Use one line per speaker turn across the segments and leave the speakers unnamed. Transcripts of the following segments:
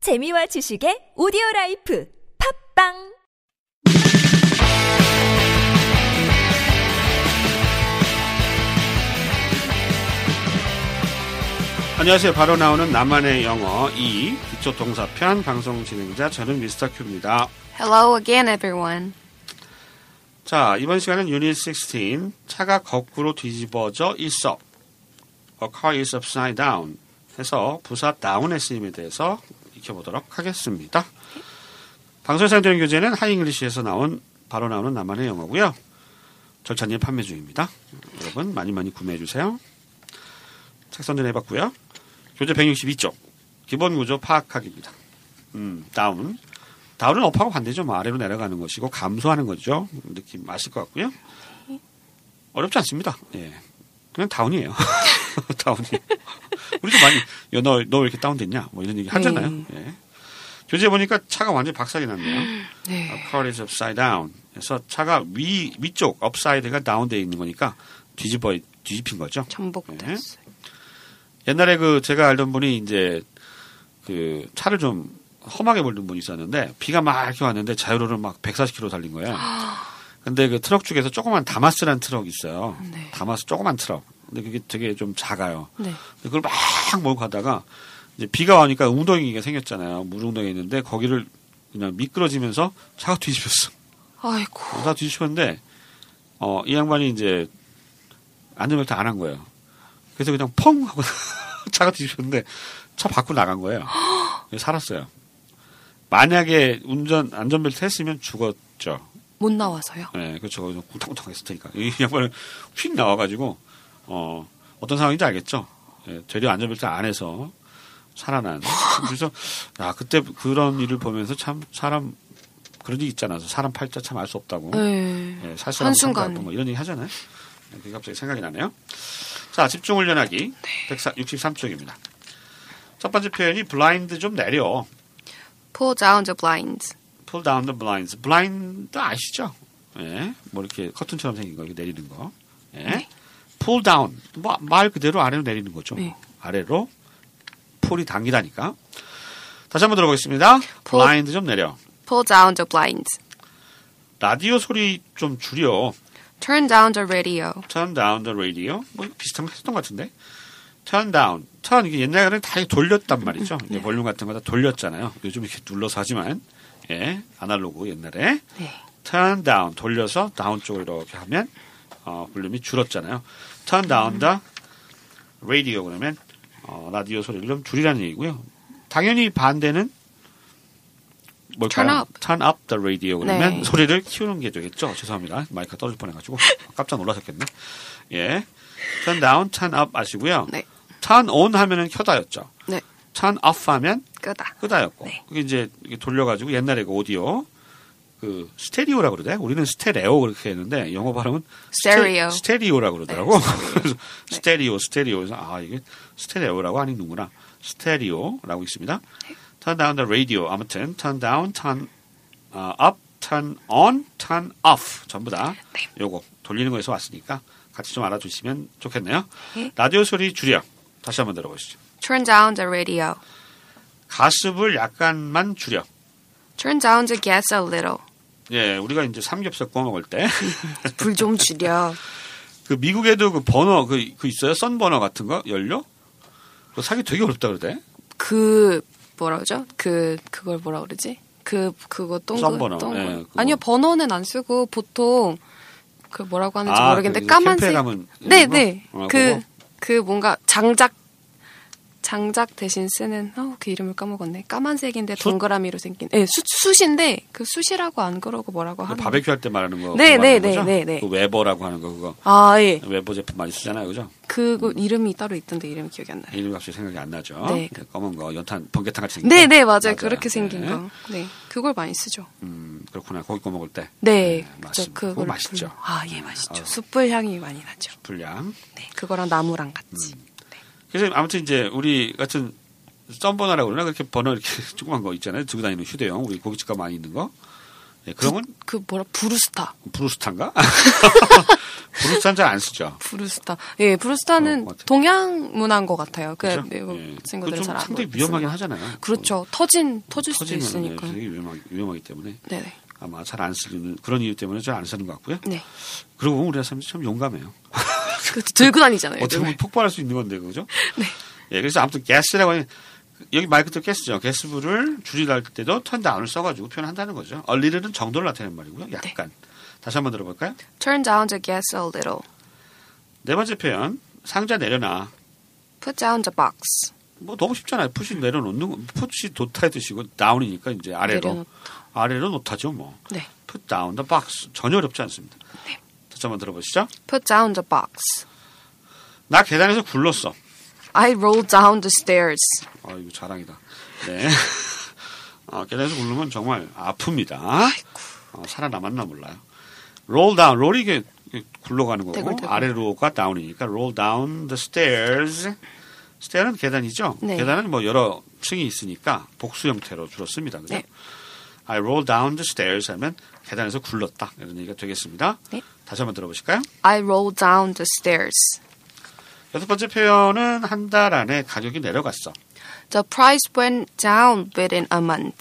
재미와 지식의 오디오 라이프 팝빵
안녕하세요. 바로 나오는 나만의 영어 2 기초 동사편 방송 진행자 저는 미스터 큐입니다.
Hello again, everyone.
자, 이번 시간은 유닛 16 차가 거꾸로 뒤집어져 있어. A car is upside down 해서 부사 down의 쓰임에 대해서 익혀보도록 하겠습니다. 방송에서 되는 교재는 하잉글리시에서 나온 바로 나오는 나만의 영어고요. 절찬님 판매 중입니다. 여러분 많이 많이 구매해 주세요. 책 선전해봤고요. 교재 162쪽 기본 구조 파악하기입니다. 음, 다운. 다운은 업하고 반대죠. 뭐 아래로 내려가는 것이고 감소하는 거죠. 느낌 아실 것 같고요. 어렵지 않습니다. 예. 그냥 다운이에요. 다운이. 우리도 많이 너너 왜 이렇게 다운됐냐? 뭐 이런 얘기 하잖아요. 예. 교재 보니까 차가 완전히 박살이 났네요. A car 아, is upside down. 그래서 차가 위 위쪽 upside가 다운돼 있는 거니까 뒤집어 뒤집힌 거죠.
전복됐어요.
옛날에 그 제가 알던 분이 이제 그 차를 좀 험하게 몰던 분이 있었는데 비가 막 이렇게 왔는데 자유로를 막 140km 달린 거예요. 근데 그 트럭 중에서 조그만 다마스란 트럭 있어요.
네.
다마스 조그만 트럭. 근데 그게 되게 좀 작아요.
네.
그걸 막 몰고 가다가 이제 비가 오니까 웅덩이가 생겼잖아요. 물웅덩이 있는데 거기를 그냥 미끄러지면서 차가 뒤집혔어.
아이고.
다 뒤집혔는데 어, 이 양반이 이제 안전벨트 안 한 거예요. 그래서 그냥 펑 하고 차가 뒤집혔는데 차 밖으로 나간 거예요. 그래서 살았어요. 만약에 운전 안전벨트 했으면 죽었죠.
못 나와서요.
네, 그렇죠. 거기서 쿵탕쿵탕 했을 테니까. 이 양반은 휙 나와가지고, 어, 어떤 상황인지 알겠죠? 예, 되려 안전벨트 안에서 살아난. 그래서, 아, 그때 그런 일을 보면서 참, 사람, 그런 일이 있잖아. 사람 팔자 참 알 수 없다고.
네.
예, 살 사람
한순간에.
한순간. 뭐 이런 얘기 하잖아요. 예, 그게 갑자기 생각이 나네요. 자, 집중 훈련하기.
네.
163쪽입니다. 첫 번째 표현이 블라인드 좀 내려.
Pull down the blinds.
pull down the blinds. 블라인드 아시죠? 예. 뭐 이렇게 커튼처럼 생긴 거 이렇게 내리는 거. 예.
네.
pull down. 뭐, 말 그대로 아래로 내리는 거죠.
네.
아래로 풀이 당기다니까. 다시 한번 들어보겠습니다.
네. Pull-
블라인드 좀 내려.
Pull down the blinds.
라디오 소리 좀 줄여.
Turn down the radio.
turn down the radio. 뭐 비슷한 거 했던 것 같은데. turn down. turn 이게 옛날에는 다 돌렸단 말이죠.
네.
이제 볼륨 같은 거 다 돌렸잖아요. 요즘 이렇게 눌러서 하지만 예, 아날로그 옛날에
네.
turn down 돌려서 다운 쪽으로 이렇게 하면 어, 볼륨이 줄었잖아요. turn down the radio 그러면 어, 라디오 소리를 좀 줄이라는 얘기고요. 당연히 반대는 뭘까요?
Turn up.
turn up the radio 그러면
네.
소리를 키우는 게 되겠죠. 죄송합니다. 마이크가 떨어질 뻔해가지고 깜짝 놀라셨겠네. 예, turn down, turn up 아시고요.
네.
turn on 하면은 켜다였죠.
네.
turn off 하면
끄다.
끄다였고
네.
그게 이제 이게 돌려가지고 옛날에 그 오디오 그 스테리오라고 그러대. 우리는 스테레오 그렇게 했는데 영어 발음은
Stereo.
스테, 스테리오라고 그러더라고. 그래서 스테리오 스테리오 그래서 아 이게 스테레오라고 아니는구나. 스테리오라고 있습니다. turn down the radio 아무튼 turn down turn 아, up turn on turn off 전부 다
네.
요거 돌리는 거에서 왔으니까 같이 좀 알아주시면 좋겠네요.
네.
라디오 소리 줄여. 다시 한번 들어보시죠.
Turn down the radio.
가습을 약간만 줄여.
Turn down the gas a little.
예, 우리가 이제 삼겹살 구워 먹을 때 그
불 좀 줄여.
미국에도 그 버너 그, 그 있어요? 썬 버너 같은 거 연료? 그거 사기 되게 어렵다 그러대.
그 뭐라 그러죠? 그 그걸 뭐라 그러지? 그 그거 동글
썬버너.
동글.
예, 그거.
아니요 번호는 안 쓰고 보통 그 뭐라고 하는지
아,
모르겠는데
그
까만색.
캠페에 가면
네,
이런 거?
네.
아,
그,
그거?
그 뭔가 장작, 장작 대신 쓰는, 어, 그 이름을 까먹었네. 까만색인데
숯?
동그라미로 생긴, 네, 숯, 숯인데, 그 숯이라고 안 그러고
그
뭐라고 하는.
바베큐 할 때 말하는 거.
아, 네,
그거
네,
말하는
네,
거죠?
네, 네.
그 웨버라고 하는 거 그거.
아, 예.
웨버 제품 많이 쓰잖아요, 그죠?
그거 이름이 따로 있던데 이름이 기억이 안 나요.
이름이 갑자기 생각이 안 나죠.
네.
그 검은 거 연탄 번개탄 같이 생긴
네,
거.
네, 맞아요. 그렇게 생긴
네.
거. 네. 그걸 많이 쓰죠.
음, 그렇구나. 고기 구워 먹을 때
네,
네,
그죠.
맞습니다.
그걸
그거 맛있죠.
불러. 아, 예, 맛있죠.
어.
숯불 향이 많이 나죠.
불량.
네, 그거랑 나무랑 같이.
음. 그래서 아무튼 이제 우리 같은 썬버너라고 그러나 그렇게 버너 이렇게 조그만 거 있잖아요. 들고 다니는 휴대용 우리 고깃집 가면 많이 있는 거. 예, 그런 건
그 뭐라, 브루스타.
브루스타인가? 부르스타는 잘 안 쓰죠.
브루스타. 예, 브루스타는
그런 것 같아요.
동양 문화인 것 같아요. 그
어, 그렇죠?
미국
예.
친구들은
그좀
잘안
상당히
쓰는
위험하긴
거.
하잖아요. 어,
그렇죠. 터진 터질 수도
터지면
있으니까.
되게 위험하기, 위험하기 때문에
네네.
아마 잘 안 쓰는 그런 이유 때문에 잘 안 쓰는 것 같고요.
네.
그러고 보면 우리나라 사람들이 참 용감해요.
그 들고 다니잖아요.
어떻게
요즘에.
보면 폭발할 수 있는 건데 그죠?
네.
예, 그래서 아무튼 가스라고 하는 여기 말 그대로 가스죠. 가스불을 줄이할 때도 턴다운을 써가지고 표현한다는 거죠. 얼리는 정도를 나타내는
네.
말이고요. 약간 다시 한번 들어볼까요?
Turn down the gas a little.
네 번째 표현 상자 내려놔.
Put down the box.
뭐 너무 쉽잖아요. 푸시 내려놓는 거, 푸시 도타의 뜻이고 다운이니까 이제 아래로
내려놓-
아래로 놓다죠 뭐.
네.
Put down the box 전혀 어렵지 않습니다. 다시 한번 들어보시죠.
Put down the box.
나 계단에서 굴렀어.
I rolled down the stairs.
아 이거 자랑이다. 네. 아, 계단에서 굴르면 정말 아픕니다. 아, 살아남았나 몰라요. roll down, 롤이 이게 이게 굴러가는 거고
대굴, 대굴.
아래로가 다운이니까 roll down the stairs. 스테어는 계단이죠.
네.
계단은 뭐 여러 층이 있으니까 복수 형태로 줄었습니다 그죠?
네.
I roll down the stairs 하면 계단에서 굴렀다 이런 얘기가 되겠습니다.
네.
다시 한번 들어보실까요?
I rolled down the stairs.
여섯 번째 표현은 한 달 안에 가격이 내려갔어.
The price went down within a month.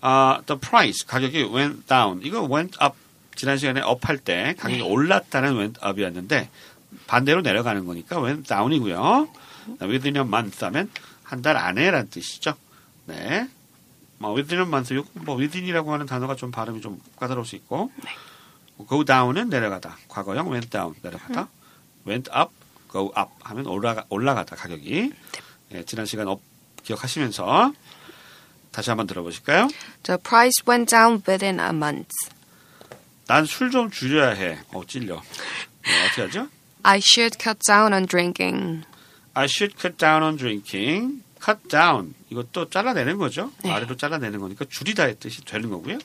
아, the price 가격이 went down. 이거 went up 지난 시간에 up 할 때 가격이 올랐다는 went up이었는데 반대로 내려가는 거니까 went down이고요. within a month 하면 한 달 안에라는 뜻이죠. 네. 뭐 within a month 요거 뭐 within이라고 하는 단어가 좀 발음이 좀 까다로울 수 있고. go down은 내려가다. 과거형 went down 내려가다. went up go up 하면 올라가 올라가다 가격이. 예, 지난 시간 up 기억하시면서 다시 한번 들어보실까요?
The price went down within a month.
난 술 좀 줄여야 해. 어, 찔려. 네, 어떻게 하죠?
I should cut down on drinking.
I should cut down on drinking. cut down. 이것도 잘라내는 거죠.
네.
아래로 잘라내는 거니까 줄이다의 뜻이 되는 거고요.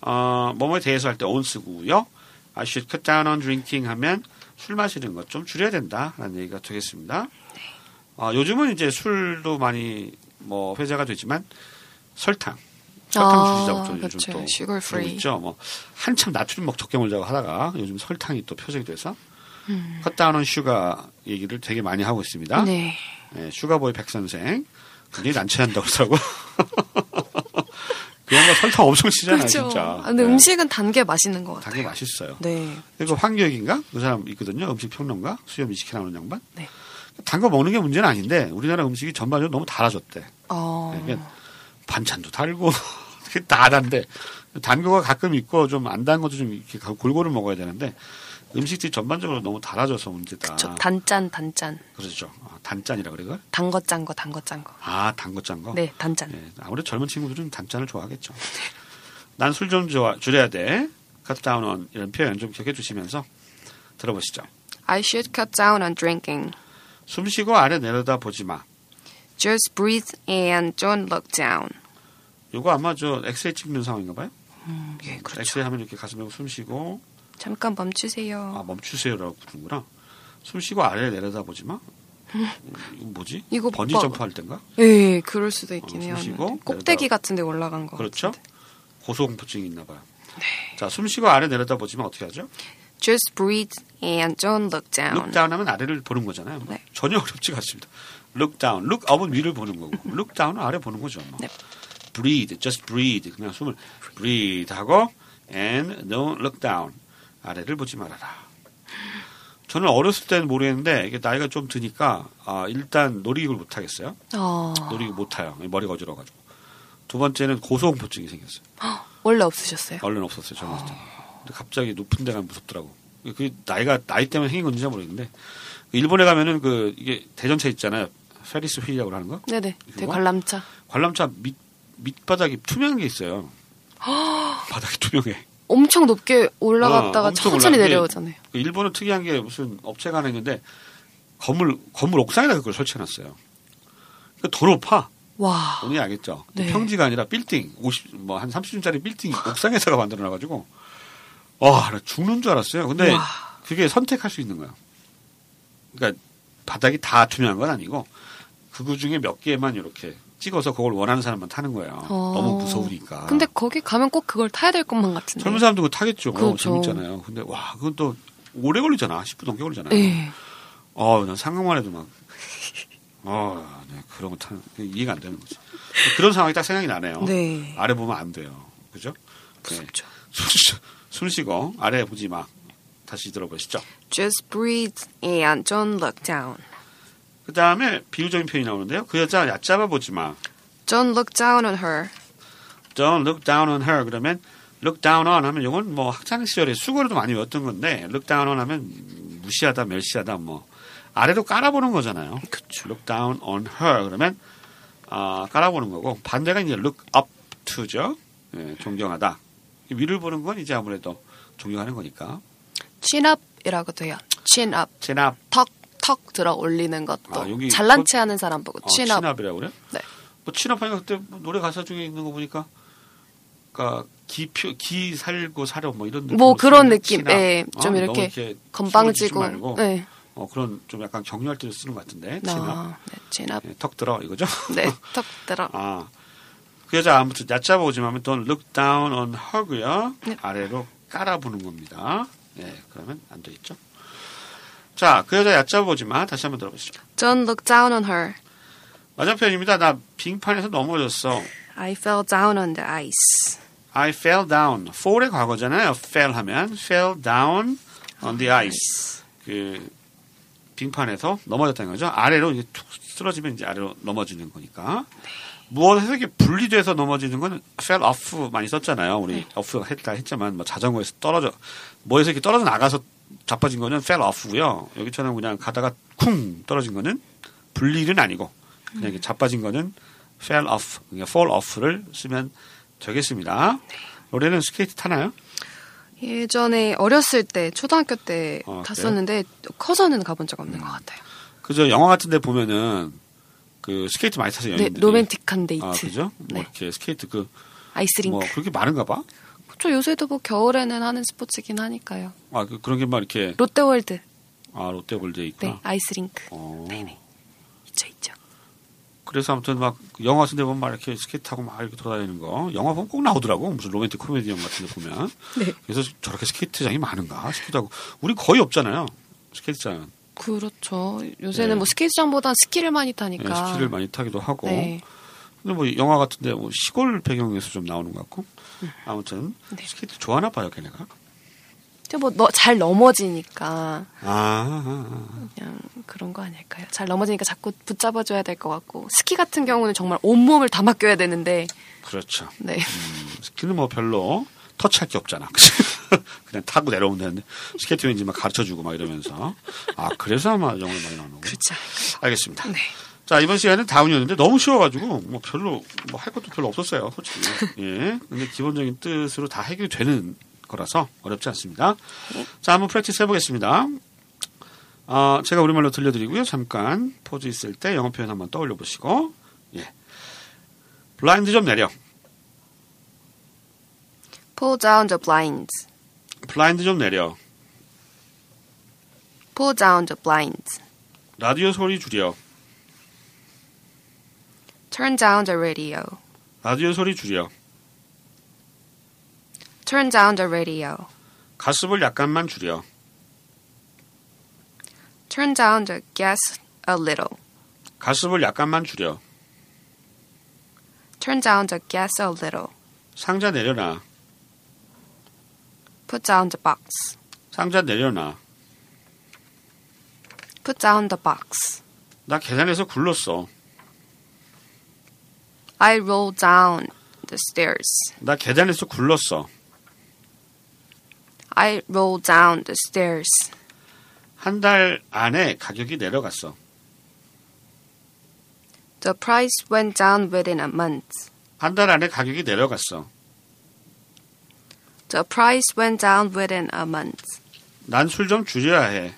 어, 뭐뭐에 대해서 할 때 on 쓰고요. I should cut down on drinking 하면 술 마시는 것 좀 줄여야 된다라는 얘기가 되겠습니다. 어, 요즘은 이제 술도 많이 뭐 회자가 되지만 설탕. 설탕
아,
줄이자고 또 요즘
그렇죠.
또
Sugar free.
그러고 있죠. 뭐 한참 나트륨 먹 적게 먹자고 하다가 요즘 설탕이 또 표적이 돼서 컷다운 온 슈가 얘기를 되게 많이 하고 있습니다.
네.
예, 슈가보이 백선생 굉장히 난처한다고 그러고 그 양반 설탕 엄청 치잖아요
그렇죠.
진짜.
아, 근데
예,
음식은 단 게 맛있는 것 같아요.
당연히 맛있어요.
네.
그리고 황교익인가 그 사람 있거든요 음식 평론가 수염 이식해 나오는 양반.
네.
단 거 먹는 게 문제는 아닌데 우리나라 음식이 전반적으로 너무 달아졌대.
어.
이게 반찬도 달고 그게 다 단데 단 거가 가끔 있고 좀 안 단 것도 좀 이렇게 골고루 먹어야 되는데 음식들이 전반적으로 너무 달아져서 문제다.
저 단짠 단짠.
그렇죠. 아, 단짠이라 그래 그걸?
단 거 짠 거 단 거 짠 거.
아, 단 거 짠 거.
네, 단짠.
예, 아무래도 젊은 친구들은 단짠을 좋아하겠죠. 난 술 좀 줄여야 돼. cut down on 이런 표현 좀 기억해 주시면서 들어보시죠.
I should cut down on drinking.
숨 쉬고 아래 내려다 보지 마.
Just breathe and don't look down.
요거 아마 저 엑스레이 찍는 상황인가 봐요.
음, 예, 그렇죠.
엑스레이 하면 이렇게 가슴 메고 숨 쉬고
잠깐 멈추세요.
아 멈추세요라고 부르는구나. 숨 쉬고 아래 내려다 보지 마. 이거 뭐지?
음. 이거
번지
봐-
점프 할 땐가?
예, 그럴 수도 있긴
어,
해요.
숨 쉬고
꼭대기
내려다-
같은 데 올라간 거.
그렇죠?
같은데.
고소공포증이 있나 봐요.
네.
자, 숨 쉬고 아래 내려다 보지만 어떻게 하죠?
Just breathe and don't look down.
look down 하면 아래를 보는 거잖아요.
네.
전혀 어렵지가 않습니다. look down. look up은 위를 보는 거고 look down은 아래 보는 거죠. 뭐.
네.
breathe. just breathe. 그냥 숨을 breathe 하고 and don't look down. 아래를 보지 말아라. 저는 어렸을 때는 모르겠는데 이게 나이가 좀 드니까 아, 일단 놀이기구를 못 타겠어요.
어,
놀이기 못 타요. 머리가 어지러워가지고. 두 번째는 고소공포증이 생겼어요.
원래 없으셨어요?
얼른 없었어요. 젊었을 때. 근데 갑자기 높은 데 가면 무섭더라고. 그 나이가 나이 때문에 생긴 건지 잘 모르겠는데 일본에 가면은 그 이게 대전차 있잖아요. 페리스 휠이라고 하는 거.
네네. 되게
이거?
관람차.
관람차 밑 밑바닥이 투명한 게 있어요. 바닥이 투명해.
엄청 높게 올라갔다가
어, 엄청 올라간
천천히
게
내려오잖아요.
그 일본은 특이한 게 무슨 업체가 하나 있는데 건물 건물 옥상에다 그걸 설치해놨어요. 그러니까 더 높아.
와.
본인이 알겠죠.
네.
평지가 아니라 빌딩 50 뭐 한 30층짜리 빌딩 옥상에서가 만들어놔 가지고 와, 나 죽는 줄 알았어요. 근데
와.
그게 선택할 수 있는 거야. 그러니까 바닥이 다 투명한 건 아니고 그거 중에 몇 개만 이렇게 찍어서 그걸 원하는 사람만 타는 거예요.
어.
너무 무서우니까.
근데 거기 가면 꼭 그걸 타야 될 것만 같은데.
젊은 사람도 그거 타겠죠.
그렇죠.
재밌잖아요. 근데 와, 그건 또 오래 걸리잖아. 10분 넘게 걸리잖아요.
예.
어, 난 상상만 해도 막, 어, 네, 그런 거 참, 이해가 안 되는 거지. 그런 상황이 딱 생각이 나네요.
네.
아래 보면 안 돼요. 그죠? 네.
무섭죠.
숨 쉬- 숨 쉬고, 아래 보지 마. 다시 들어보시죠.
Just breathe and don't look down.
그 다음에 비유적인 표현이 나오는데요. 그 여자 얕잡아 보지 마.
Don't look down on her.
Don't look down on her. 그러면 look down on 하면 이건 뭐 학창 시절에 수고로도 많이 외웠던 건데 look down on 하면 무시하다, 멸시하다 뭐 아래도 깔아보는 거잖아요. look down on her 그러면 아, 깔아보는 거고 반대가 이제 look up to죠. 예, 존경하다. 위를 보는 건 이제 아무래도 존경하는 거니까.
Chin up이라고도 해요. Chin up.
체납,
턱, 턱 들어 올리는 것도.
아, 여기
잘난
그-
체 하는 사람 보고
어,
chin up.
친압이라고 그래?
네.
뭐 친압하니까 그때 뭐 노래 가사 중에 있는 거 보니까 그러니까 기표 기 살고 사려 뭐 이런 느낌으로
뭐 그런
쓰는
느낌.
친압.
예,
어,
좀
너무
이렇게
숨어지지 말고.
건방지고. 네.
어, 그런 좀 약간 격려할 때도 쓰는 것 같은데. 친압.
아, 네, chin up.
예, 턱 들어 이거죠?
네, 턱 들어.
아. 그 여자 아무튼 얕잡아오지 마면 don't look down on her고요.
네.
아래로 깔아보는 겁니다. 예, 그러면 안 되겠죠? 자, 그 여자 얕잡아오지 마. 다시 한번 들어보시죠.
Don't look down on her.
맞은편입니다. 나 빙판에서 넘어졌어.
I fell down on the ice.
I fell down. fall의 과거잖아요. fell 하면 fell down on the ice. 그 빙판에서 넘어졌다는 거죠. 아래로 이제 툭 쓰러지면 이제 아래로 넘어지는 거니까.
네.
무엇에서 이렇게 분리돼서 넘어지는 건 fell off 많이 썼잖아요.
네.
우리 off 했다 했지만 뭐 자전거에서 떨어져 뭐에서 이렇게 떨어져 나가서 자빠진 거는 fell off고요. 여기처럼 그냥 가다가 쿵 떨어진 거는 분리는 아니고 그냥
음.
이렇게 자빠진 거는 fell off, 그러니까 fall off를 쓰면 되겠습니다.
네.
올해는 스케이트 타나요?
예전에 어렸을 때 초등학교 때
아, 음.
탔었는데 커서는 가본 적 없는 것 같아요.
그저 영화 같은 데 보면은 그 스케이트 많이 타서
네,
연인들이
로맨틱한 데이트.
아, 그죠? 뭐
네.
이렇게 스케이트 그 뭐
아이스링크.
그렇게 많은가 봐.
그쵸, 요새도 뭐 겨울에는 하는 스포츠긴 하니까요.
아, 그, 런 게 막 이렇게
롯데월드.
아, 롯데월드에
네,
있구나.
아이스링크.
어.
네네. 있죠, 있죠.
그래서 아무튼 막 영화 같은 데 보면 막 이렇게 스케이트 타고 막 이렇게 돌아다니는 거 영화 보면 꼭 나오더라고. 무슨 로맨틱 코미디 영화 같은 데 보면.
네.
그래서 저렇게 스케이트장이 많은가 싶기도 하고. 우리 거의 없잖아요. 스케이트장은.
그렇죠. 요새는
네.
뭐 스케이트장보단 스키를 많이
네,
타니까.
스키를 많이 타기도 하고.
그러니까. 네.
근데 뭐 영화 같은데 뭐 시골 배경에서 좀 나오는 것 같고 아무튼
네.
스케이트 좋아하나 봐요 걔네가
근데 뭐, 너, 잘 넘어지니까
아, 아,
그냥 그런 거 아닐까요? 잘 넘어지니까 자꾸 붙잡아줘야 될 것 같고. 스키 같은 경우는 정말 온몸을 다 맡겨야 되는데.
아. 그렇죠
네.
음, 스키는 뭐 별로 터치할 게 없잖아 그냥 타고 내려오면 되는데 스케이트 왠지 막 가르쳐주고 막 이러면서 아 그래서 아마 영어를 많이 나오는 거고
그렇지 않을까.
알겠습니다
그렇죠. 네.
자 이번 시간은 다운이었는데 너무 쉬워가지고 뭐 별로 뭐 할 것도 별로 없었어요 솔직히 예 근데 기본적인 뜻으로 다 해결이 되는 거라서 어렵지 않습니다
네.
자 한번 프랙티스 해보겠습니다 아 제가 우리말로 들려드리고요 잠깐 포즈 있을 때 영어 표현 한번 떠올려 보시고 예 블라인드 좀 내려
Pull down the blinds.
블라인드 좀 내려
Pull down the blinds.
라디오 소리 줄여
Turn down the radio.
라디오 소리 줄여
Turn down the radio.
가습을 약간만 줄여
Turn down the gas a little.
가습을 약간만 줄여
Turn down the gas a little.
상자 내려놔
Put down the box.
상자 내려놔
Put down the box.
나 계단에서 굴렀어
I roll down the stairs.
나 계단에서 굴렀어.
I roll down the stairs.
한 달 안에 가격이 내려갔어.
The price went down within a month.
한 달 안에 가격이 내려갔어.
The price went down within a month.
난 술 좀 줄여야 해.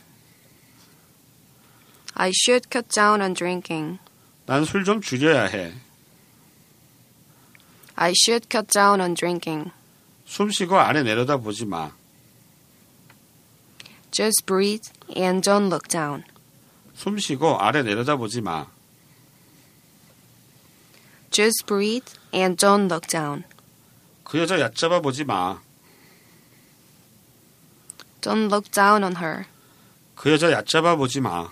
I should cut down on drinking.
난 술 좀 줄여야 해.
I should cut down on drinking.
숨 쉬고 아래 내려다 보지 마.
Just breathe and don't look down.
숨 쉬고 아래 내려다 보지 마.
Just breathe and don't look down.
그 여자 얕잡아 보지 마.
Don't look down on her.
그 여자 얕잡아 보지 마.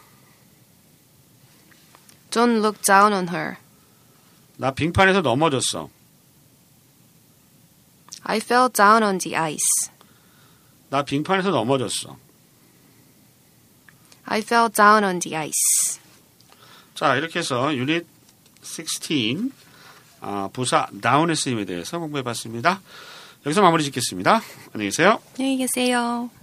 Don't look down on her.
나 빙판에서 넘어졌어.
I fell down on the ice.
나 빙판에서 넘어졌어.
I fell down on the ice.
자, 이렇게 해서 유닛 16 아, 부사 down의 쓰임에 대해서 공부해 봤습니다. 여기서 마무리 짓겠습니다. 안녕히 계세요.
안녕히 계세요.